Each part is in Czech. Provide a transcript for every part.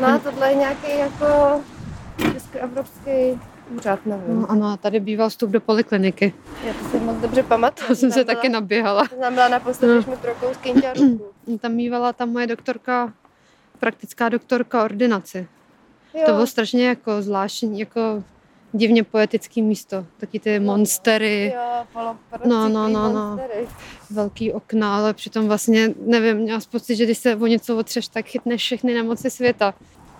No a tohle je nějaký jako českoevropský úřad, nevím. No, ano, a tady býval vstup do polikliniky. Já to si moc dobře pamatuju. To jsem se Tam taky byla- No. naběhala. To Tam byla naposledy, když mi trochu z kinťarku. Tam mývala ta moje doktorka, praktická doktorka ordinaci. Jo, To bylo strašně jako zvláštní, jako divně poetický místo. Taky ty monstery, jo, polopr, No, no, no, no. velký okna, ale přitom vlastně, nevím, měla jsem pocit, že když se o něco otřeš, tak chytneš všechny nemoci světa.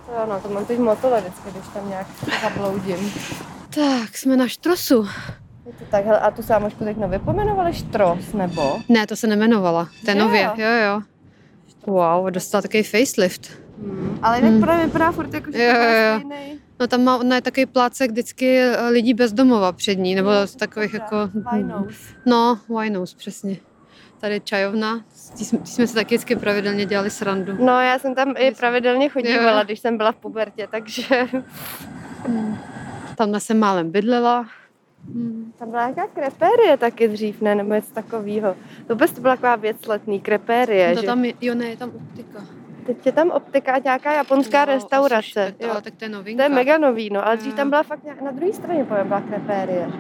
Jo, no, to mám teď motole vždycky, když tam nějak zabloudím. Tak, jsme na Štrosu. Je to tak, hele, a tu sámošku teď nově pomenovali Štros, nebo? Ne, to se nemenovala. To je Jo. nově, jo, jo. Wow, dostala takový facelift. Hmm. Ale jinak Hmm. hmm. podle mě vypadá furt jako, že Jo, to jo, je jo. stejný. No tam má, ona je takový plácek vždycky eh, lidí bez domova před ní, nebo Jo, z takových dobrá. jako... Vinos. No, winos, přesně. Tady je čajovna, tí jsme, tí jsme se taky vždycky pravidelně dělali srandu. No, já jsem tam i pravidelně Jo, chodívala, jo. když jsem byla v pubertě, takže Hmm. Tamhle jsem málem bydlela. tam byla nějaká krepérie taky dřív, ne, nebo něco takového. Vůbec to byla taková věc letný, krepérie, To že? No, tam je, jo ne, je tam optika. Teď je tam optika a nějaká japonská Wow, restaurace. No, asi, Mm. tak, Jo. to, ale tak to je To novinka. je mega nový, no, ale dřív Jo. tam byla fakt nějak, na druhé straně podle mě byla krepérie.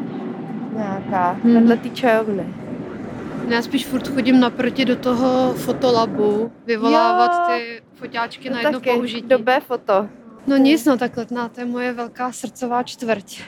Nějaká, Hmm. vedle té čajovny. No, Já spíš furt chodím naproti do toho fotolabu, vyvolávat Jo. No ty fotáčky To na jedno taky, použití. Dobé foto. No nic, no tak letná, to je moje velká srdcová čtvrť.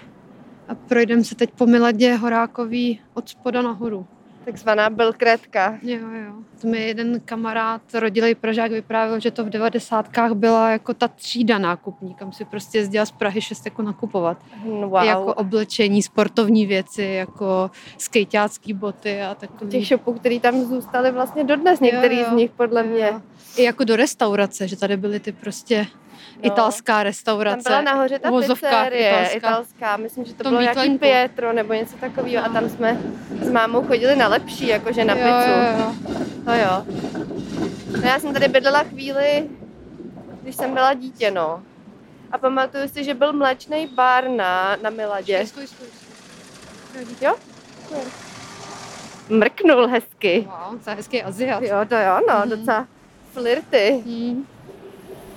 A projdeme se teď po Miladě Horákový od spoda nahoru. Takzvaná bylkrétka. Jo, jo. To mi jeden kamarád, rodilej Pražák, vyprávěl, že to v devadesátkách byla jako ta třída nákupní, kam si prostě jezdila z Prahy šest jako nakupovat. Wow. Jako Jako oblečení, sportovní věci, jako skejťácký boty a takový. těch shopů, který tam zůstaly vlastně dodnes, Jo, některý jo. z nich podle mě. Jo. I jako do restaurace, že tady byly ty prostě No. italská Tam restaurace. byla nahoře ta uvozovka pizzerie italská. italská. myslím, že to tom bylo nějaký výtlenku. Pietro nebo něco takového a tam jsme s mámou chodili na lepší, jakože na pizzu. Jo, jo, jo. To jo. No já jsem tady bydlela chvíli, když jsem byla dítě, no. A pamatuju si, že byl mléčný bar na, na Miladě. Stoj, stoj, stoj. Jo? Mrknul hezky. Wow, to je hezký Aziat. Jo, to jo, no, Mhm. docela flirty. Hmm.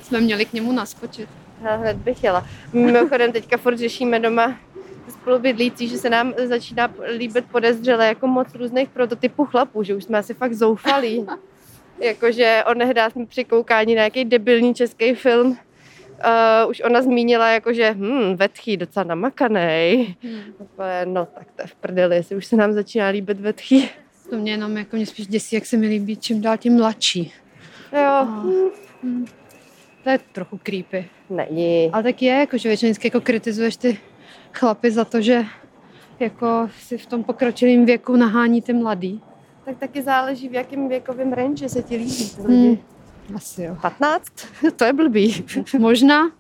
Jsme měli k němu naskočit. Já hned bych jela. Mimochodem teďka furt řešíme doma spolubydlící, že se nám začíná líbit podezřele jako moc různých prototypů chlapů, že už jsme asi fakt zoufalí. Jakože onehdá jsme při koukání na nějaký debilní český film. Uh, už ona zmínila, jakože hm, vetchý, docela namakanej. Hmm. Úplně, No tak to je v prdeli, jestli už se nám začíná líbit vetchý. To mě jenom jako mě spíš děsí, jak se mi líbí čím dál tím mladší. Jo, Ah. hm, To je trochu creepy. není. Ale tak je, jako, že většinou vždycky jako kritizuješ ty chlapy za to, že jako si v tom pokročilém věku nahání ty mladý. Tak taky záleží, v jakém věkovém range se ti líbí ty lidi. Hmm. Asi jo. 15? To je blbý. Možná.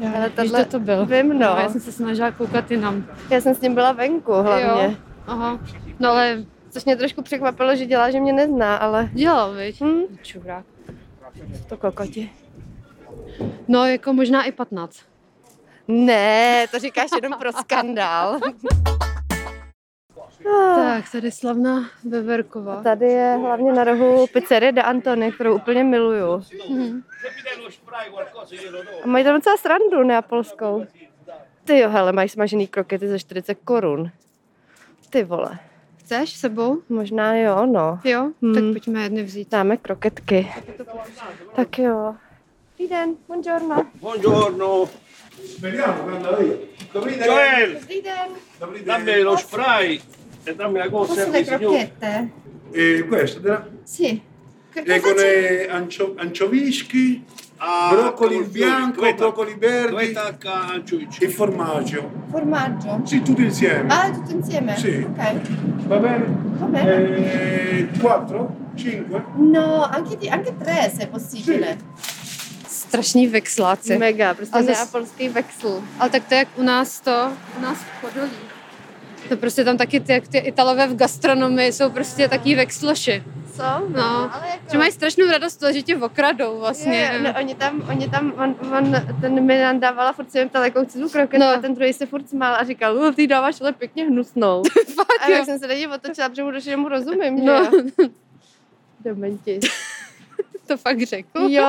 Já, Ale Ale tohle- tohle... to byl. Vím, no. Já jsem se snažila koukat jinam. Já jsem s ním byla venku hlavně. Jo. Aha. No ale Což mě trošku překvapilo, že dělá, že mě nezná, ale... dělal, viď? Hm, Čurák. to kokoti. No jako možná i 15. Ne, to říkáš jenom pro skandál. Tak, tady slavná A Veverková. Tady je hlavně na rohu pizzerie De Antony, kterou úplně miluju. Mhm. Se pide lo spray qualcosa io lo do. A mají tam docela srandu neapolskou. Ty jo, hele, mají smažený krokety za 40 korun. Ty vole, Chceš s sebou? možná jo, no. Jo? Hmm. Tak pojďme jedny vzít. Dáme kroketky. Tak jo. Dobrý den, buongiorno. Buongiorno. Speriamo che andrà via. Dobrý den. Joel, Dobrý den, Dobrý den. dammi lo spray e dammi la cosa posledné di signore. krokete. E questo della- Sì. e con eh, ancio- anciovischi, Ah, broccoli in con- bianco, questa- broccoli verdi Questa a e formaggio. Formaggio. Sì, tutto insieme. Ah, tutto insieme? Sì. Ok. Va bene? Va bene. Eh, 4, 5. No, anche, di- anche tre se possibile. Strašní vexláci. Mega, prostě A zas- neapolský vexl. Ale tak to je jak u nás to, u nás v Podolí. To prostě tam taky ty, jak ty Italové v gastronomii jsou prostě taky vexloši. Co? No, ale jako... Že mají strašnou radost to, že tě okradou Jo, jo, vlastně. no, oni tam, oni tam, on, on ten mi nadával a furt se mi ptal, jakou chci tu kroketu No. no. a ten druhý se furt smál a říkal, "U, ty dáváš ale pěkně hnusnou. a Fakt, jak jo. jsem se na něj otočila, protože mu došlo, že mu rozumím, že No. jo? Dementi. To fakt řekl. Jo,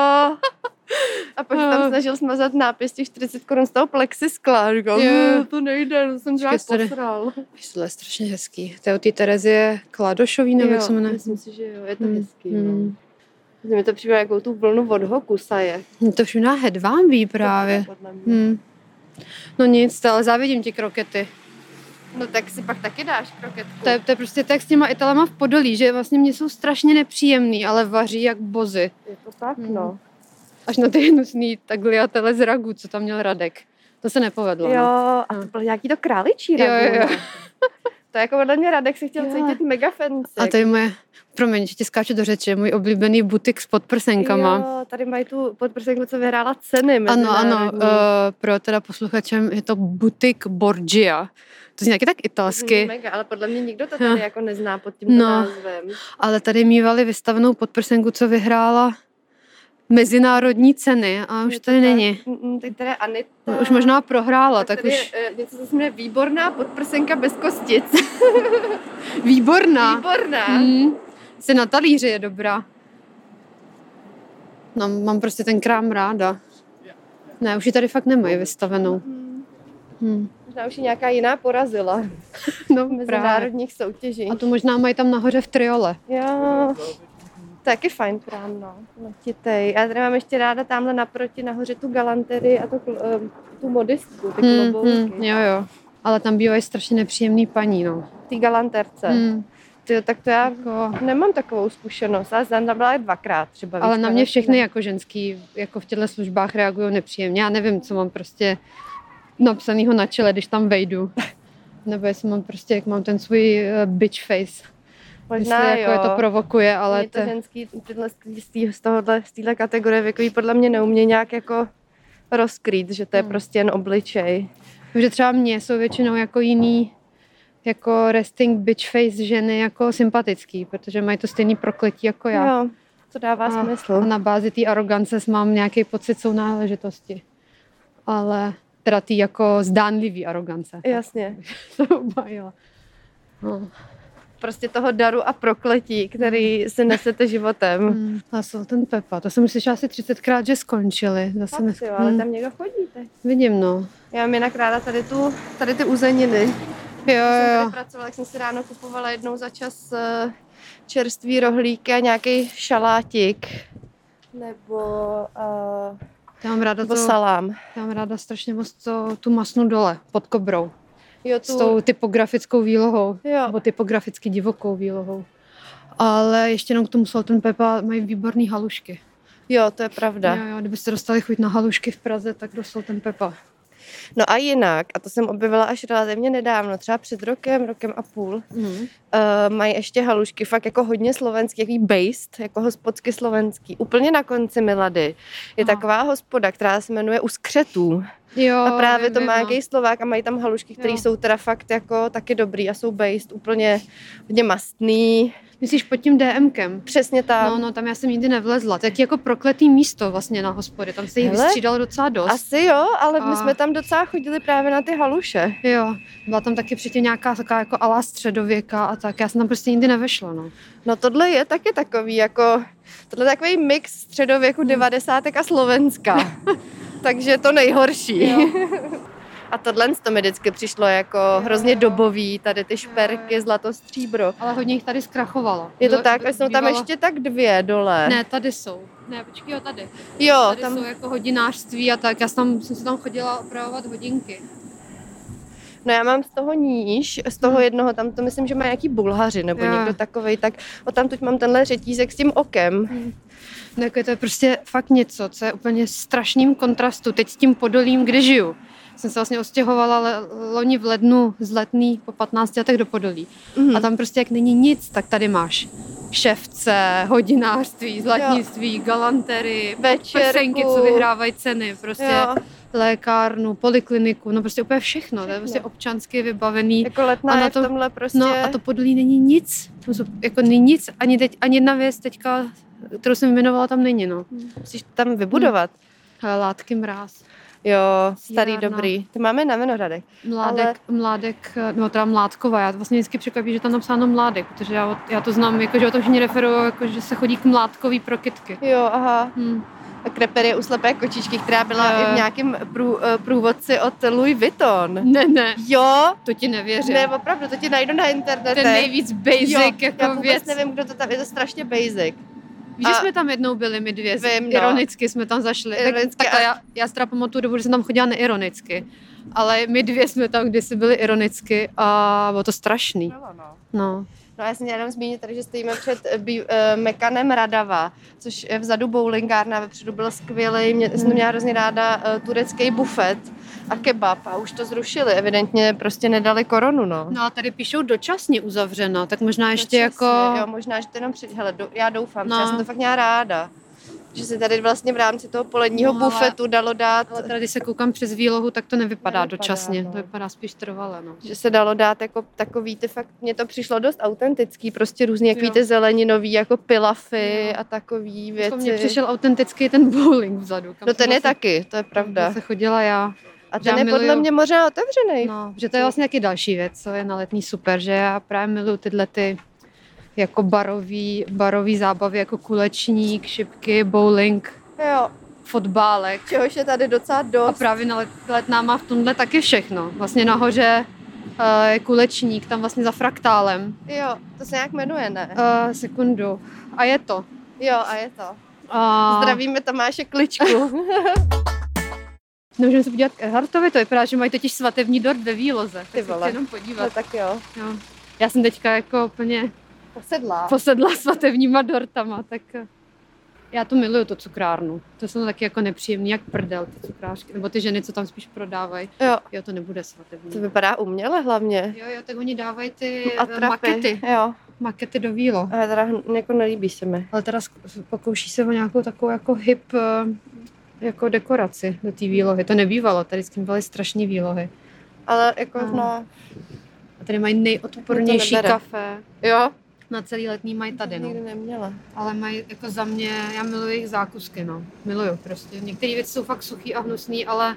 A pak se tam Ah. snažil smazat nápis těch 40 korun z toho plexiskla. A Říkal, Jo. "Ne, to nejde, to jsem Počkej, dělal sorry. posral. Tohle je strašně hezký. To je od té Terezie Kladošový, nebo No, jak se jmenuje? myslím si, že jo, je to Hmm, hezký. no. Hmm. Že Mi to přijde jako tu vlnu od hokusa je. Hmm. To všude hedvábí právě. Podle mě. Hmm. No nic, ale závidím ti krokety. No tak si pak taky dáš kroketku. To je, to je prostě tak s těma Italama v Podolí, že vlastně mě jsou strašně nepříjemný, ale vaří jak bozy. je to tak, Hmm. no. Až na ty hnusný tagliatele z ragu, co tam měl Radek. To se nepovedlo. Jo, No. a to byl nějaký to králičí Jo, radno, jo. no. To jako podle mě Radek si chtěl Jo. cítit mega fancy. A to je moje, promiň, že ti skáču do řeči, můj oblíbený butik s podprsenkama. Jo, tady mají tu podprsenku, co vyhrála ceny Ano, ano, mezinárodní. uh, pro teda posluchačem je to butik Borgia. To zní taky tak Zní italsky, Mm, Mega, ale podle mě nikdo to Jo. tady jako nezná pod tímto No. názvem. ale tady mývali vystavenou podprsenku, co vyhrála mezinárodní ceny a už Je to tady tak. není. Mm, mm, Teď teda Anita. Už možná prohrála, Pak tak tady už je, eh, něco, co se jmenuje výborná podprsenka bez kostic. výborná. eh, Výborná. Mm, se na talíři je dobrá. No, mám prostě ten krám ráda. Ne, už ji tady fakt nemají vystavenou. Mm. Hmm. Možná už ji nějaká jiná porazila No, v právě. mezinárodních soutěží. A to možná mají tam nahoře v triole. Jo, taky fajn krám, no. Letitej. Já tady mám ještě ráda tamhle naproti nahoře tu galanterii a tu, kl- ehm, tu modistku, ty Hmm, klobouky. hmm, jo, jo. Ale tam bývají strašně nepříjemný paní, no. Ty galanterce. Hmm, Ty, tak to já jako, nemám takovou zkušenost. Já jsem tam byla i dvakrát třeba. ale víš, na pane? mě všechny jako ženský, jako v těchto službách reagují nepříjemně. Já nevím, co mám prostě napsanýho na čele, když tam vejdu. Nebo jestli mám prostě, jak mám ten svůj eh, bitch face. Možná jestli jako jo. je to provokuje, ale Ale to ženský tyhle z tý- z tohohle, z téhle kategorie věkový podle mě neumě nějak jako rozkrýt, že to je Hmm. prostě jen obličej. Vím, že třeba mě jsou většinou jako jiný jako resting bitch face ženy jako sympatický, protože mají to stejný prokletí jako já. Jo, to dává A- smysl. A na bázi té arogance mám nějaký pocit sounáležitosti. Ale teda ty jako zdánlivý arogance. Jasně. To se obhájila. No. Prostě toho daru a prokletí, který si nesete životem. Hmm. A jsou ten Pepa, to jsem slyšela asi 30krát, že skončili. Zase Fakt, dnes... jo, ale Hmm, tam někdo chodí teď. Vidím, no. Já mám jinak ráda tady, tu, tady ty uzeniny. Jo, jsem jo, tady jo. pracovala, jak jsem si ráno kupovala jednou za čas eh, čerstvý rohlíky a nějaký šalátik. Nebo, uh, Já mám ráda, nebo to, salám. já mám ráda strašně moc to, tu masnu dole, pod kobrou. Jo, tu, S tou typografickou výlohou. jo. nebo typograficky divokou výlohou. Ale ještě jenom k tomu Sultan Pepa mají výborný halušky. jo, to je pravda. Jo, jo, kdybyste dostali chuť na halušky v Praze, tak dostal ten Pepa. No a jinak, a to jsem objevila až relativně nedávno, třeba před rokem, rokem a půl, uh, Mm. mají ještě halušky fakt jako hodně slovenský, jaký based, jako hospodsky slovenský. Úplně na konci Milady je Aha. taková hospoda, která se jmenuje U skřetů. Jo, A právě to vím, má no. nějaký Slovák a mají tam halušky, které Jo. jsou teda fakt jako taky dobrý a jsou based úplně hodně mastný. Myslíš pod tím DMkem? Přesně tam. No, no, tam já jsem nikdy nevlezla. Tak jako prokletý místo vlastně na hospodě. Tam se jich Hele. vystřídalo docela dost. Asi jo, ale my no. A- jsme tam docela chodili právě na ty haluše. Jo, byla tam taky předtím nějaká taková jako alá středověka a tak. Já jsem tam prostě nikdy nevešla, no. No tohle je taky takový jako, tohle je takový mix Hmm. středověku 90. a Slovenska. Takže to nejhorší. A tohle to mi vždycky přišlo jako Jo, hrozně jo. dobový, tady ty Jo, šperky, jo. zlato, stříbro. Ale hodně jich tady zkrachovalo. Je to Bylo- tak, a jsou tam bývalo- ještě tak dvě dole. Ne, tady jsou. Ne, počkej, jo, tady. Jo, tady tam jsou jako hodinářství a tak. Já jsem, tam, jsem se tam chodila opravovat hodinky. No já mám z toho níž, z toho Mhm. jednoho, tam to myslím, že má nějaký bulhaři nebo Jo. někdo takovej, tak o tam tuď mám tenhle řetízek s tím okem. No jako je to prostě fakt něco, co je úplně v strašným kontrastu. Teď s tím podolím, kde žiju. Jsem se vlastně ostěhovala le- loni v lednu z letný po 15 letech do podolí. Mhm. A tam prostě jak není nic, tak tady máš ševce, hodinářství, zlatnictví, galantery, Večerku. prsenky, co vyhrávají ceny, prostě jo, lékárnu, polikliniku, no prostě úplně všechno. To je Všechno. prostě občansky vybavený. jako letná A na je to- v tomhle prostě... No a to podolí není nic. Tam jsou, jako není nic, ani, teď, ani jedna věc teďka, kterou jsem jmenovala, tam není, no. Musíš to tam vybudovat. Hele, Látky mráz. Jo, starý Sírárna. dobrý. To máme na Vinohradech. Mládek, Ale- ale... mládek, eh, no teda mládková. Já vlastně vždycky překvapí, že tam napsáno mládek, protože já, o- já to znám, jako, že o tom všichni referují, jako, že se chodí k mládkový pro kytky. Jo, aha. Hmm. kreperie u slepé kočičky, která byla Jo. i v nějakém prů, eh, průvodci od Louis Vuitton. Ne, ne, Jo, to ti nevěřím. ne, opravdu, to ti najdu na internetu. Ten nejvíc basic jo, jako já vůbec věc. nevím, kdo to tam, je to strašně basic. Víš, že A- jsme tam jednou byli my dvě, z- Vím, no. ironicky jsme tam zašli. Ironicky tak, takhle, a- já, já teda pamatuju dobu, že jsem tam chodila neironicky. Ale my dvě jsme tam kdysi byli ironicky a bylo to strašný. Bylo, no. No. No a já jsem měla jenom zmínit tady, že stojíme před eh, bý, eh, Mekanem Radava, což je vzadu bowlingárna, vepředu byl skvělý, mě, Hmm. jsem tam měla hrozně ráda eh, turecký bufet a kebab a už to zrušili, evidentně prostě nedali koronu, no. no a tady píšou dočasně uzavřeno, tak možná ještě Dočasně, jako... No, Jo, možná, že to jenom před... Hele, do, já doufám, No. no. já jsem to fakt měla ráda. Že se tady vlastně v rámci toho poledního No, no, ale- bufetu dalo dát, Ale teda, když se koukám přes výlohu, tak to nevypadá, Nevypadá, dočasně. no. To vypadá spíš trvale. No. že se dalo dát jako takový ty fakt, mně to přišlo dost autentický, prostě různě, jak Jo. víte, zeleninový, jako pilafy Jo. a takový Jako věci. mně přišel autentický ten bowling vzadu. Kam No jsem ten je vlastně- taky, to je pravda. Kam se chodila já. A já ten je podle miluju. mě možná otevřený. No, že to je vlastně taky další věc, co je na letní super, že já právě miluju tyhle ty jako barový, barový zábavy, jako kulečník, šipky, bowling, Jo, fotbálek. čehož je tady docela A dost. právě na let, letná má v tomhle taky všechno. Vlastně nahoře eh, je kulečník, tam vlastně za fraktálem. Jo, to se nějak jmenuje, ne? Uh, sekundu. A je to. Jo, a je to. Uh, Zdravíme Tomáše Kličku. No, můžeme se podívat k Ehartovi, to vypadá, že mají totiž svatební dort ve výloze. Tak Ty se vole. chci jenom no podívat. tak jo. Jo. Já jsem teďka jako úplně Posedlá. posedla svatebníma dortama, tak eh, já to miluju, to cukrárnu. To jsou taky jako nepříjemný, jak prdel, ty cukrášky, nebo ty ženy, co tam spíš prodávají. Jo. Jo, to nebude To svatební. vypadá uměle hlavně. Jo, jo, tak oni dávají ty A eh, makety, Jo. makety do vílo. A teda hm, jako nelíbí se mi. Ale teda sk- pokouší se o nějakou takovou jako hip eh, jako dekoraci do té výlohy. To nebývalo, tady s tím byly strašné výlohy. Ale jako No. no. no. A tady mají nejodpornější To nebere. kafe. Jo. Na celý letní mají tady, no. Nikdy neměla. Ale mají jako za mě, já miluji jejich zákusky, no. Miluju prostě. Některé věci jsou fakt suchý a hnusný, ale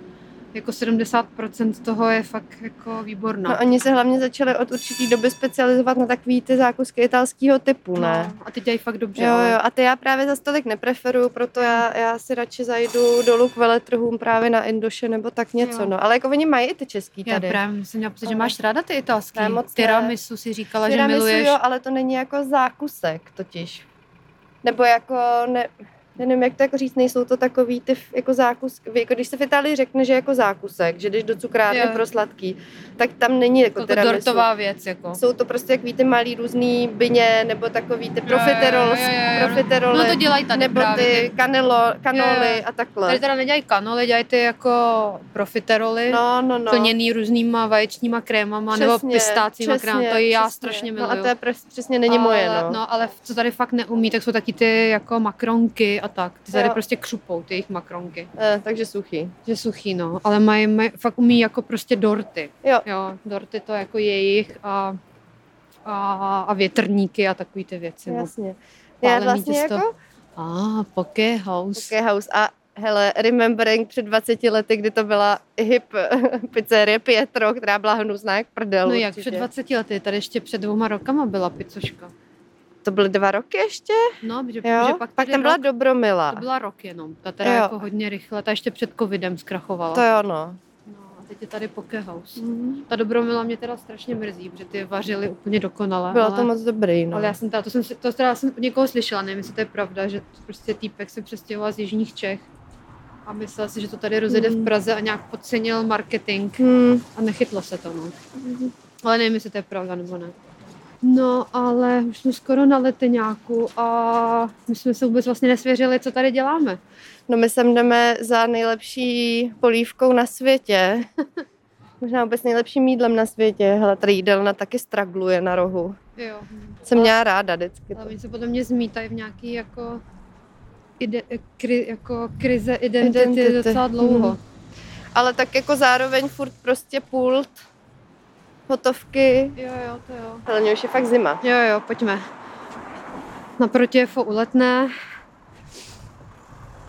jako 70% toho je fakt jako výborná. No. no. oni se hlavně začali od určitý doby specializovat na takový ty zákusky italského typu, ne? No, a ty dělají fakt dobře. Jo, ale- jo, a ty já právě za tolik nepreferuju, proto já, já si radši zajdu dolů k veletrhům právě na Indoše nebo tak něco, Jo. jo. no. Ale jako oni mají i ty český Já tady. právě jsem měla pocit, že Ale- máš ráda ty italský. Ne, moc ne. Tiramisu si říkala, že Tiramisu, miluješ. jo, ale to není jako zákusek totiž. Nebo jako, ne, nevím, jak to jako říct, nejsou to takový ty f- jako zákus, jako když se v Itálii řekne, že jako zákusek, že jdeš do cukrárny Jo. pro sladký, tak tam není jako, jako tiramisu. dortová věc, jako. Jsou to prostě, jak víte, malý různý byně, nebo takový ty Jo, jo, jo, profiterol, jo, jo, jo. profiteroly, No to dělají tady nebo právě. ty kanelo, Jo, kanoly jo. a Tady takhle. teda nedělají kanoly, dělají ty jako profiteroly. No, no, no. plněný různýma vaječníma krémama nebo pistácíma přesně, krémama. To já přesně. strašně No miluju. a to je pres, přesně není moje, ale, no. no. ale co tady fakt neumí, tak jsou taky ty jako makronky a tak. Ty tady Jo. prostě křupou, ty jejich makronky. Eh, takže suchý. Že suchý, no. Ale mají, mají, fakt umí jako prostě dorty. Jo. Jo, dorty to jako jejich a, a, a větrníky a takový ty věci. No. Jasně. Já Pálený vlastně těsto. jako A, ah, poké house. Poké House a hele, remembering před 20 lety, kdy to byla hip pizzerie Pietro, která byla hnusná jak prdel. No jak určitě. před 20 lety, tady ještě před dvouma rokama byla picoška. To byly dva roky ještě, No, že, jo? že pak, pak, pak tady tam byla rok, Dobromila. To byla rok jenom, ta teda Jo. jako hodně rychle, ta ještě před covidem zkrachovala. To jo, no. No, a teď je tady Poké House. Ta dobromila mě teda strašně mrzí, protože ty vařily úplně dokonale. Bylo ale, to moc dobrý, no. ale já jsem teda, to jsem, si- to teda jsem od někoho slyšela, nevím, jestli to je pravda, že prostě týpek se přestěhoval z jižních Čech a myslel si, že to tady rozjede v Mm. Praze a nějak podcenil marketing Hmm. a nechytlo se to, no. Ale nevím, jestli to je pravda nebo ne. No, ale už jsme skoro na leteňáku a my jsme se vůbec vlastně nesvěřili, co tady děláme. No my sem jdeme za nejlepší polívkou na světě. Možná vůbec nejlepším jídlem na světě. Hele, tady jídelna taky stragluje na rohu. Jo. No. Jsem měla ráda vždycky. Ale To. oni se podle mě zmítají v nějaký jako, ide, kri, jako krize identity, Identity. identity docela dlouho. Mhm. Ale tak jako zároveň furt prostě pult, hotovky, Jo, jo, to jo. Ale mě už je fakt zima. Jo, jo, pojďme. Naproti je fo uletné.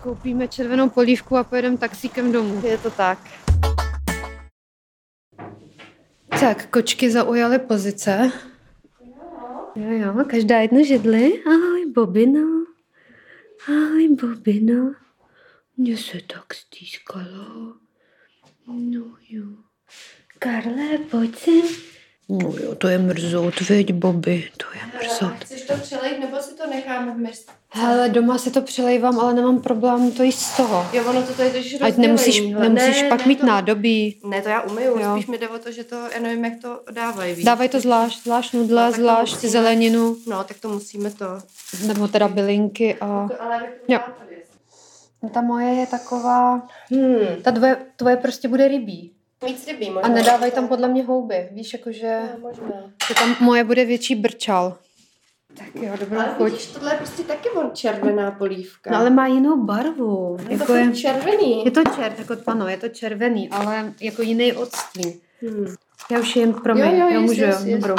Koupíme červenou polívku a pojedeme taxíkem domů. Je to tak. Tak, kočky zaujaly pozice. Jo, jo, každá jedno židli. Ahoj, Bobino. Ahoj, Bobino. Mně se tak stýskalo. No jo. Karle, pojď sem. No jo, to je mrzot, veď, Bobby, to je mrzot. Chceš to přelejt nebo si to necháme v mrz? Hele, doma si to přelejvám, ale nemám problém to jíst z toho. Jo, ono to tady držíš Ať nemusíš, nemusíš pak mít to, nádobí. Ne, to já umyju, Jo. spíš mi jde o to, že to, já nevím, jak to dávají. víš. Dávaj to zvlášť, zvlášť No, nudle, tak to zvlášť musíme. zeleninu, No, tak to musíme to. nebo teda bylinky a... Ale Jo. Ta moje je taková... Hmm. Ta tvoje, tvoje prostě bude rybí. Víc rybí možná. A nedávají tam podle mě houby, víš, jakože... No, možná. Že tam moje bude větší brčal. Tak jo, dobrou Ale vidíš, tohle je prostě taky on červená polívka. Hm, No ale má jinou barvu. je to Jako je, furt červený. je to čer, tak od pano, je to červený, ale jako jiný odstín. Hmm. Já už jen pro mě, Jo, jo, já jest, můžu, jest, jo, jest. dobrou.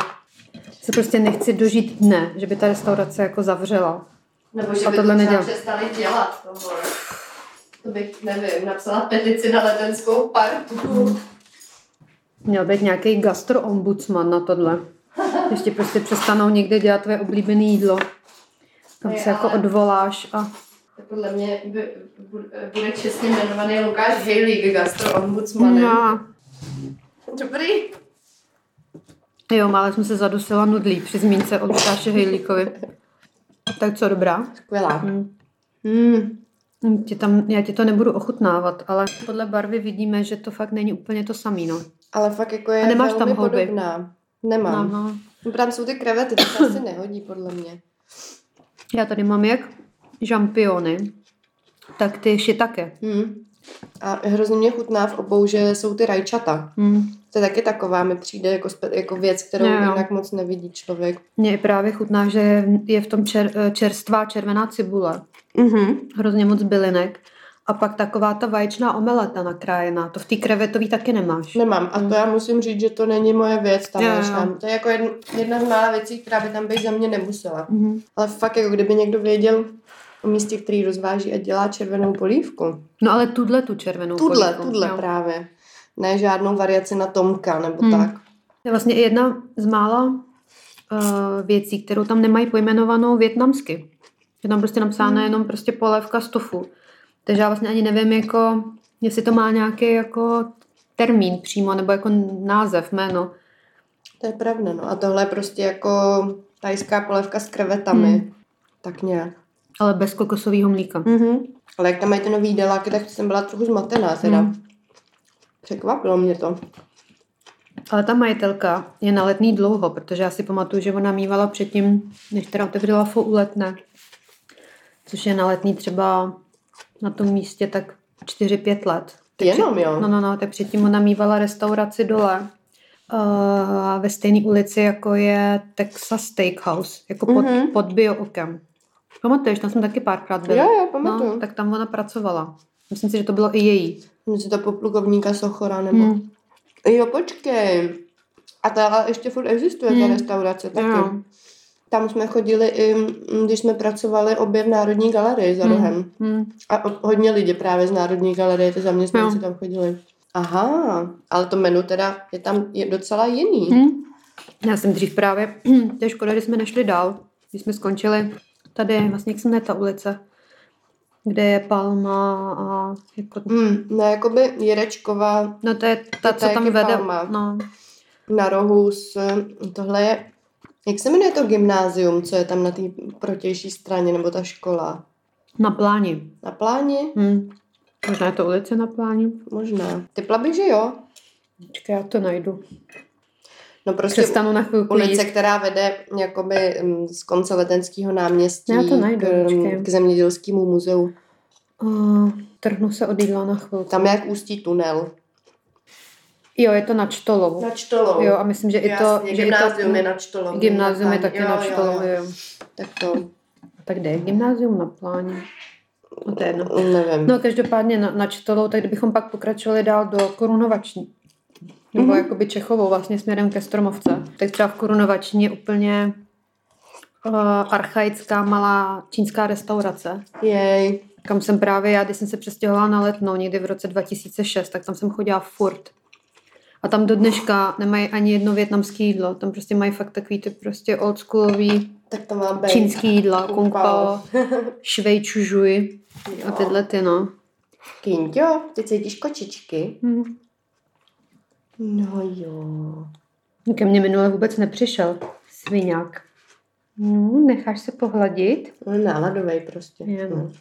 Se prostě nechci dožít dne, že by ta restaurace jako zavřela. Nebo A tohle třeba nedělám. přestali dělat tohle. To bych, nevím, napsala petici na letenskou partu. Měl být nějaký gastroombudsman na tohle. Ještě prostě přestanou někde dělat tvoje oblíbené jídlo. Tam Je, se jako ale- odvoláš a... Tak Podle mě by, bu- bude čestně jmenovaný Lukáš Hejlík gastroombudsmanem. No. Dobrý. Jo, málem jsem se zadusila nudlí při zmínce o Lukáši Hejlíkovi. Tak co, dobrá? Skvělá. Hm. Hmm. Hm, Ti tam, já ti to nebudu ochutnávat, ale podle barvy vidíme, že to fakt není úplně to samý, no. Ale fakt jako je A nemáš tam velmi houby? podobná. Nemám. No, no. No. Tam jsou ty krevety, to se asi nehodí podle mě. Já tady mám jak žampiony, tak ty šitake. Hmm. A hrozně mě chutná v obou, že jsou ty rajčata. Hm. To je taky taková, mi přijde jako, spe- jako věc, kterou Jo, jo. jinak moc nevidí člověk. Mně je právě chutná, že je v tom čer, eh, čerstvá červená cibule. Mhm. Hrozně moc bylinek. A pak taková ta vaječná omeleta nakrájená. To v té krevetový taky nemáš. Nemám. A to já musím říct, že to není moje věc, ta Jo, jo, yeah. jo. tam. To je jako jedna, jedna z mála věcí, která by tam být za mě nemusela. Mhm. Ale fakt, jako kdyby někdo věděl o místě, který rozváží a dělá červenou polívku. No ale tuhle tu červenou Tudle, polívku, tudle jo. právě. Ne žádnou variaci na Tomka nebo Hmm. tak. To je vlastně jedna z mála uh, věcí, kterou tam nemají pojmenovanou větnamsky. Je tam prostě Hmm. napsána jenom prostě polévka z tofu. Takže já vlastně ani nevím, jako, jestli to má nějaký jako termín přímo, nebo jako název, jméno. To je pravda, no. A tohle je prostě jako tajská polévka s krevetami. Hmm. Tak nějak. Ale bez kokosového mlíka. Mm-hmm. Ale jak tam mají ty nový deláky, tak jsem byla trochu zmatená teda. Hmm. Překvapilo mě to. Ale ta majitelka je na letný dlouho, protože já si pamatuju, že ona mývala předtím, než teda otevřela FO u letné, což je na letný třeba na tom místě tak 4-5 let. Tak Jenom, jo? No, no, no, tak předtím ona mývala restauraci dole uh, ve stejné ulici, jako je Texas Steakhouse, jako pod, Mhm. mm-hmm. pod biookem. Pamatuješ, tam jsem taky párkrát Jo, byla. jo, pamatuju. no, tak tam ona pracovala. Myslím si, že to bylo i její. Mm. Myslím si to poplukovníka Sochora nebo... Hmm. Jo, počkej. A ta ale ještě furt existuje, ta Hmm. restaurace taky. Jo. Tam jsme chodili i, mm, když jsme pracovali obě v Národní galerii za Hmm. rohem. Hmm. A o- hodně lidí právě z Národní galerie, ty zaměstnanci Jo. tam chodili. Aha, ale to menu teda je tam je docela jiný. Hmm. Já jsem dřív právě, to je škoda, že jsme nešli dál, když jsme skončili tady, vlastně jak se jmenuje ta ulice, kde je Palma a jako, Mm, no, jakoby Jirečková no to je ta, To co je tam taky vede, Palma. no, na rohu s... Tohle je... Jak se jmenuje to gymnázium, co je tam na té protější straně, nebo ta škola? na pláni. Na pláni? Hmm. Možná je to ulice na pláni? Možná. Typla bych, že jo. Počkej, já to najdu. No prostě Přestanu na chvilku ulice, jít. která vede jakoby mm, z konce Letenského náměstí Já to najdu, k, mm, počkej. k zemědělskému muzeu. Uh, trhnu se od jídla na chvilku. Tam je jak ústí tunel. Jo, je to na Čtolovou. Na čtolou. Jo, a myslím, že i to... Jasně, že gymnázium i je to, na čtolou. Gymnázium je taky jo, na jo, Čtolovou, jo. jo. Tak to, Tak kde je gymnázium na pláni? No to je jedno. Mm, nevím. No každopádně na, na Čtolou, tak kdybychom pak pokračovali dál do Korunovační, nebo Mhm. mm-hmm. jakoby Čechovou vlastně směrem ke Stromovce, tak třeba v Korunovační je úplně uh, archaická malá čínská restaurace, Jej. kam jsem právě já, když jsem se přestěhovala na Letnou někdy v roce 2006, tak tam jsem chodila furt. A tam do dneška nemají ani jedno větnamské jídlo. Tam prostě mají fakt takový ty prostě oldschoolový Tak to má být. čínský jídla, Kung kung pao, švej čužuj Jo. a tyhle ty, no. Kinťo, ty cítíš kočičky? Hm. No jo. Ke mně minule vůbec nepřišel sviňák. No, necháš se pohladit? On je náladovej prostě. Jo, no. No.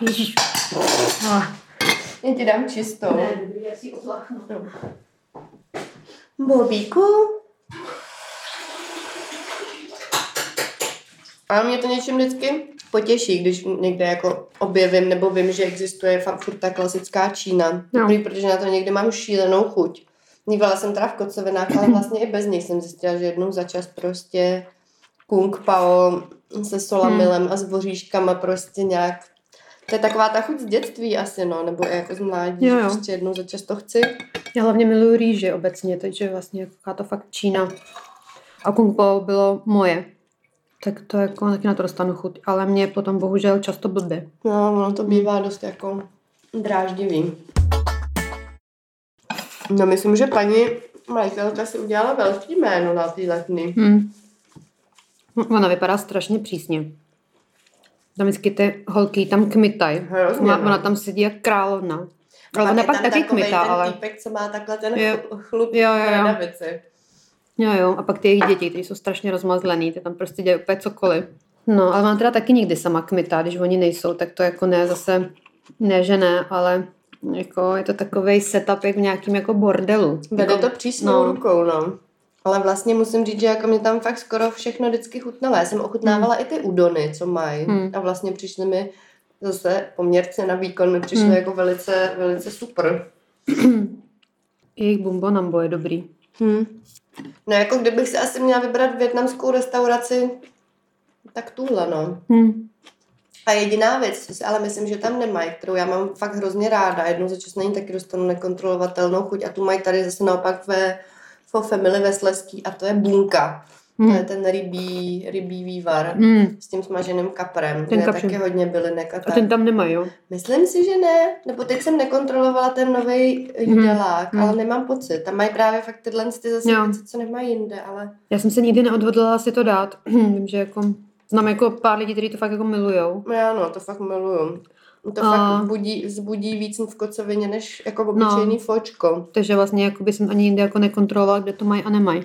Ježíš. Ah. Já ti dám čistou. No. já si oplachnu. Bobíku? Ale mě to něčím vždycky potěší, když někde jako objevím nebo vím, že existuje fakt furt ta klasická Čína. No. No. Protože na to někdy mám šílenou chuť. Dívala jsem teda v kocovinách, ale vlastně i bez nich jsem zjistila, že jednou za čas prostě kung pao se solamilem a s voříškama prostě nějak to je taková ta chuť z dětství asi, no, nebo jako z mládí, Jo, jo, jo. jo. prostě jednou za čas to chci. Já hlavně miluju rýži obecně, takže vlastně jaká to fakt Čína. A kung pao bylo moje. Tak to jako taky na to dostanu chuť, ale mě potom bohužel často blbě. No, ono to Hmm. bývá dost jako dráždivý. No, myslím, že paní majitelka si udělala velký jméno na ty letny. Hmm. Ona vypadá strašně přísně. Tam vždycky ty holky jí tam kmitaj. Hrozně, Ona, no. ona tam sedí jak královna. Ale Pak ona je pak tam taky takovej kmitá, ten ale... Týpek, co má takhle ten Jo. chl- chlup Jo, jo, jo. na davici. Jo, jo, a pak ty jejich děti, ty jsou strašně rozmazlený, ty tam prostě dělají úplně cokoliv. No, ale ona teda taky nikdy sama kmitá, když oni nejsou, tak to jako ne, zase ne, že ne, ale jako je to takový setup jak v nějakým jako bordelu. Vede jako, to přísnou no. rukou, no. Ale vlastně musím říct, že jako mě tam fakt skoro všechno vždycky chutnalo. Já jsem ochutnávala i ty udony, co mají. Hmm. A vlastně přišly mi zase poměrce na výkon, mi přišly Hmm. jako velice, velice super. Jejich bumbo nambo je dobrý. Hmm. No jako kdybych si asi měla vybrat větnamskou restauraci, tak tuhle, no. Hmm. A jediná věc, co si ale myslím, že tam nemají, kterou já mám fakt hrozně ráda, jednou za čas na ní taky dostanu nekontrolovatelnou chuť a tu mají tady zase naopak ve Fo Family ve Sleský a to je bunka. Hmm. To je Hmm. ten rybí, rybí vývar Hmm. s tím smaženým kaprem, Ten ten kde kapři. kapři. taky hodně bylinek a A tak. ten tam nemají, jo? Myslím si, že ne. Nebo teď jsem nekontrolovala ten nový jídelák, Hmm. hmm. ale nemám pocit. Tam mají právě fakt tyhle ty zase Jo. věci, co nemají jinde, ale... Já jsem se nikdy neodhodlala si to dát. Vím, že jako... Znám jako pár lidí, kteří to fakt jako milujou. No já no, to fakt miluju. To A- a... fakt budí, zbudí víc v kocovině, než jako obyčejný no. fočko. Takže vlastně jakoby jsem ani nikdy jako nekontrolovala, kde to mají a nemají.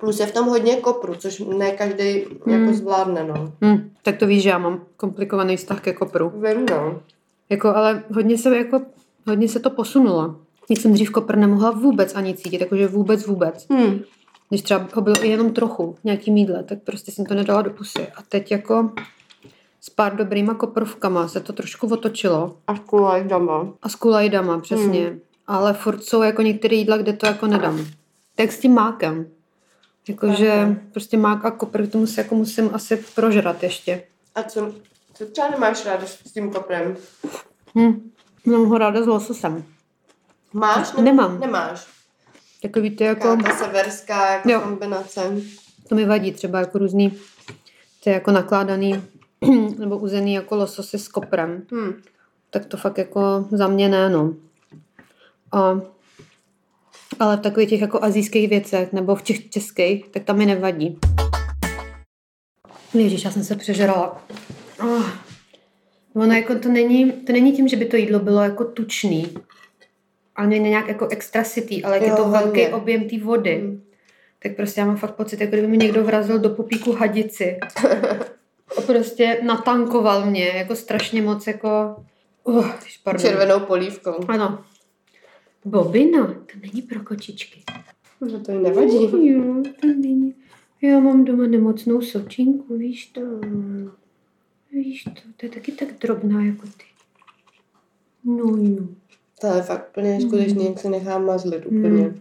Plus je v tom hodně kopru, což ne každý Hmm. hmm. jako zvládne, no. Hmm. Tak to víš, že já mám komplikovaný vztah ke kopru. Vím, no. Jako, ale hodně se, jako, hodně se to posunulo. Jak jsem dřív kopr nemohla vůbec ani cítit, jakože vůbec, vůbec. Hmm. Když třeba ho bylo i jenom trochu, v nějaký mídle, tak prostě jsem to nedala do pusy. A teď jako s pár dobrýma koprovkama se to trošku otočilo. A kulaj doma. A s kulajdama, přesně. Hmm. Ale furt jsou jako některé jídla, kde to jako nedám. Tak s tím mákem. Jakože Aha. prostě mák a kopr, tomu se jako musím asi prožrat ještě. A co, co třeba nemáš ráda s s tím koprem? Hm. Mám ho ráda s lososem. Máš? Nemám. Nemáš. Takový ty jako... Taková ta severská jako Jo. kombinace. To mi vadí třeba jako různý, ty jako nakládaný nebo uzený jako lososy s koprem. Hmm. Tak to fakt jako za mě ne, no. A, ale v takových těch jako azijských věcech nebo v těch českých, tak tam mi nevadí. Ježíš, já jsem se přežrala. Oh. Ono jako to není, to není tím, že by to jídlo bylo jako tučný, ani nějak jako extra sytý, ale jak je Jo, to velký hodně. objem té vody. Hmm. Tak prostě já mám fakt pocit, jako kdyby mi někdo vrazil do pupíku hadici. A prostě natankoval mě, jako strašně moc, jako... Uh, pardon. Červenou polívkou. Ano. Bobina, to není pro kočičky. No to jí nevadí. Jo, to není. Já mám doma nemocnou sočinku, víš to. Víš to, to je taky tak drobná jako ty. No jo. To je fakt úplně Mm. neskutečný, jak se nechá mazlit Mm. úplně.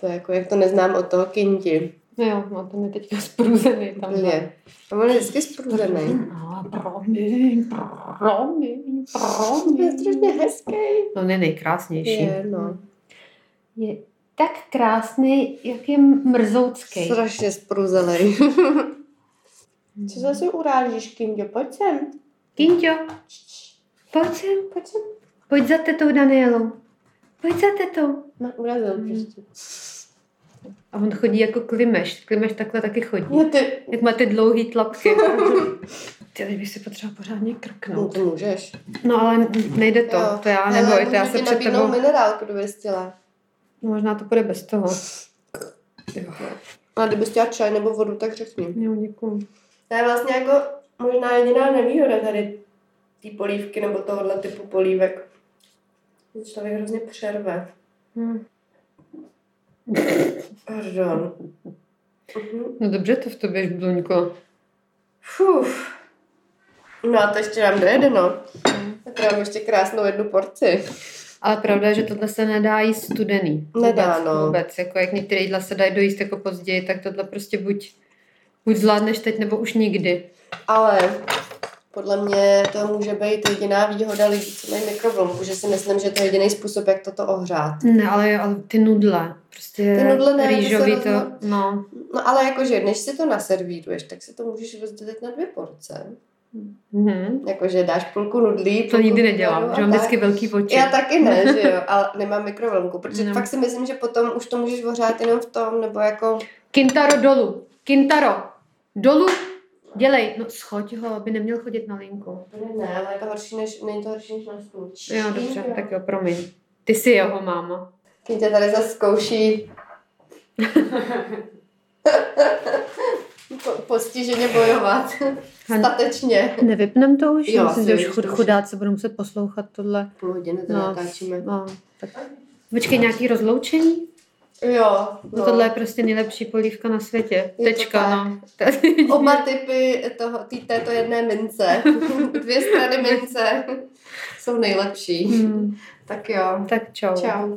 To je jako, jak to neznám od toho kinti. No jo, no ten je teďka spruzený tam. Je. A on je vždycky spruzený. No, promiň, promiň, Je promiň. strašně hezký. No ne nejkrásnější. Je, no. je tak krásný, jak je mrzoucký. Strašně spruzelej. Co zase urážíš, Kindě? Pojď sem. Kinťo, pojď sem, Pojď sem. pojď za tetou Danielou. Pojď za tetou. No, urazil prostě. A on chodí jako klimeš. Klimeš takhle taky chodí. No ty, Jak má ty dlouhý tlapky. Ty, ale bych si potřeba pořádně no, krknout. to můžeš. No ale nejde to, Jo. to já Ale nebojte, já můžu se ti před nabídnout tebou... minerálku, kdyby jsi chtěla. No, Možná to bude bez toho. Jo, Ale kdyby jsi chtěla čaj nebo vodu, tak řekni. jo děkuji. To je vlastně jako možná jediná nevýhoda tady té polívky nebo tohohle typu polívek. Že člověk hrozně přerve. Hm. Pardon. Mhm. No dobře to v tobě, Bluňko. Fuf. No a to ještě dám do jedno. Tak dám ještě krásnou jednu porci. Ale pravda je, že tohle se nedá jíst studený. Nedá, vůbec, no. Vůbec, jako jak některé jídla se dají dojíst jako později, tak tohle prostě buď, buď zvládneš teď, nebo už nikdy. Ale podle mě to může být jediná výhoda lidí, co mají mikrovlnku, že si myslím, že to je jediný způsob, jak toto ohřát. Ne, ale, ale ty nudle, prostě Ty nudle ne, to se rýžový to, rozma- no. No ale jakože, než si to naservíruješ, tak si to můžeš rozdělit na dvě porce. Mhm. Jakože dáš půlku nudlí, To půlku nikdy vývaru nedělám, Jako a že mám tak. vždycky velký oči. Já taky ne, že jo, ale nemám mikrovlnku, protože Ne. no. fakt si myslím, že potom už to můžeš ohřát jenom v tom, nebo jako... Kintaro dolů, Kintaro, dolů, dělej, no schoď ho, aby neměl chodit na linku. Ne, ale je to horší, než, není to horší, než na stůl. Jo, dobře, tak jo, promiň. Ty jsi jeho máma. Když tě tady zase zkouší po, postiženě bojovat. Han- Statečně. Nevypnem to už? Jo, Já myslím, že asi už už chud, to už- chudáci budou muset poslouchat tohle. Půl hodiny to No. natáčíme. No, tak. Počkej, nějaký rozloučení? Jo. No. Tohle je prostě nejlepší polívka na světě. to Tečka, tak. no. Oba typy toho, tý, této jedné mince, dvě strany mince, jsou nejlepší. Hmm, Tak jo. tak čau. Čau.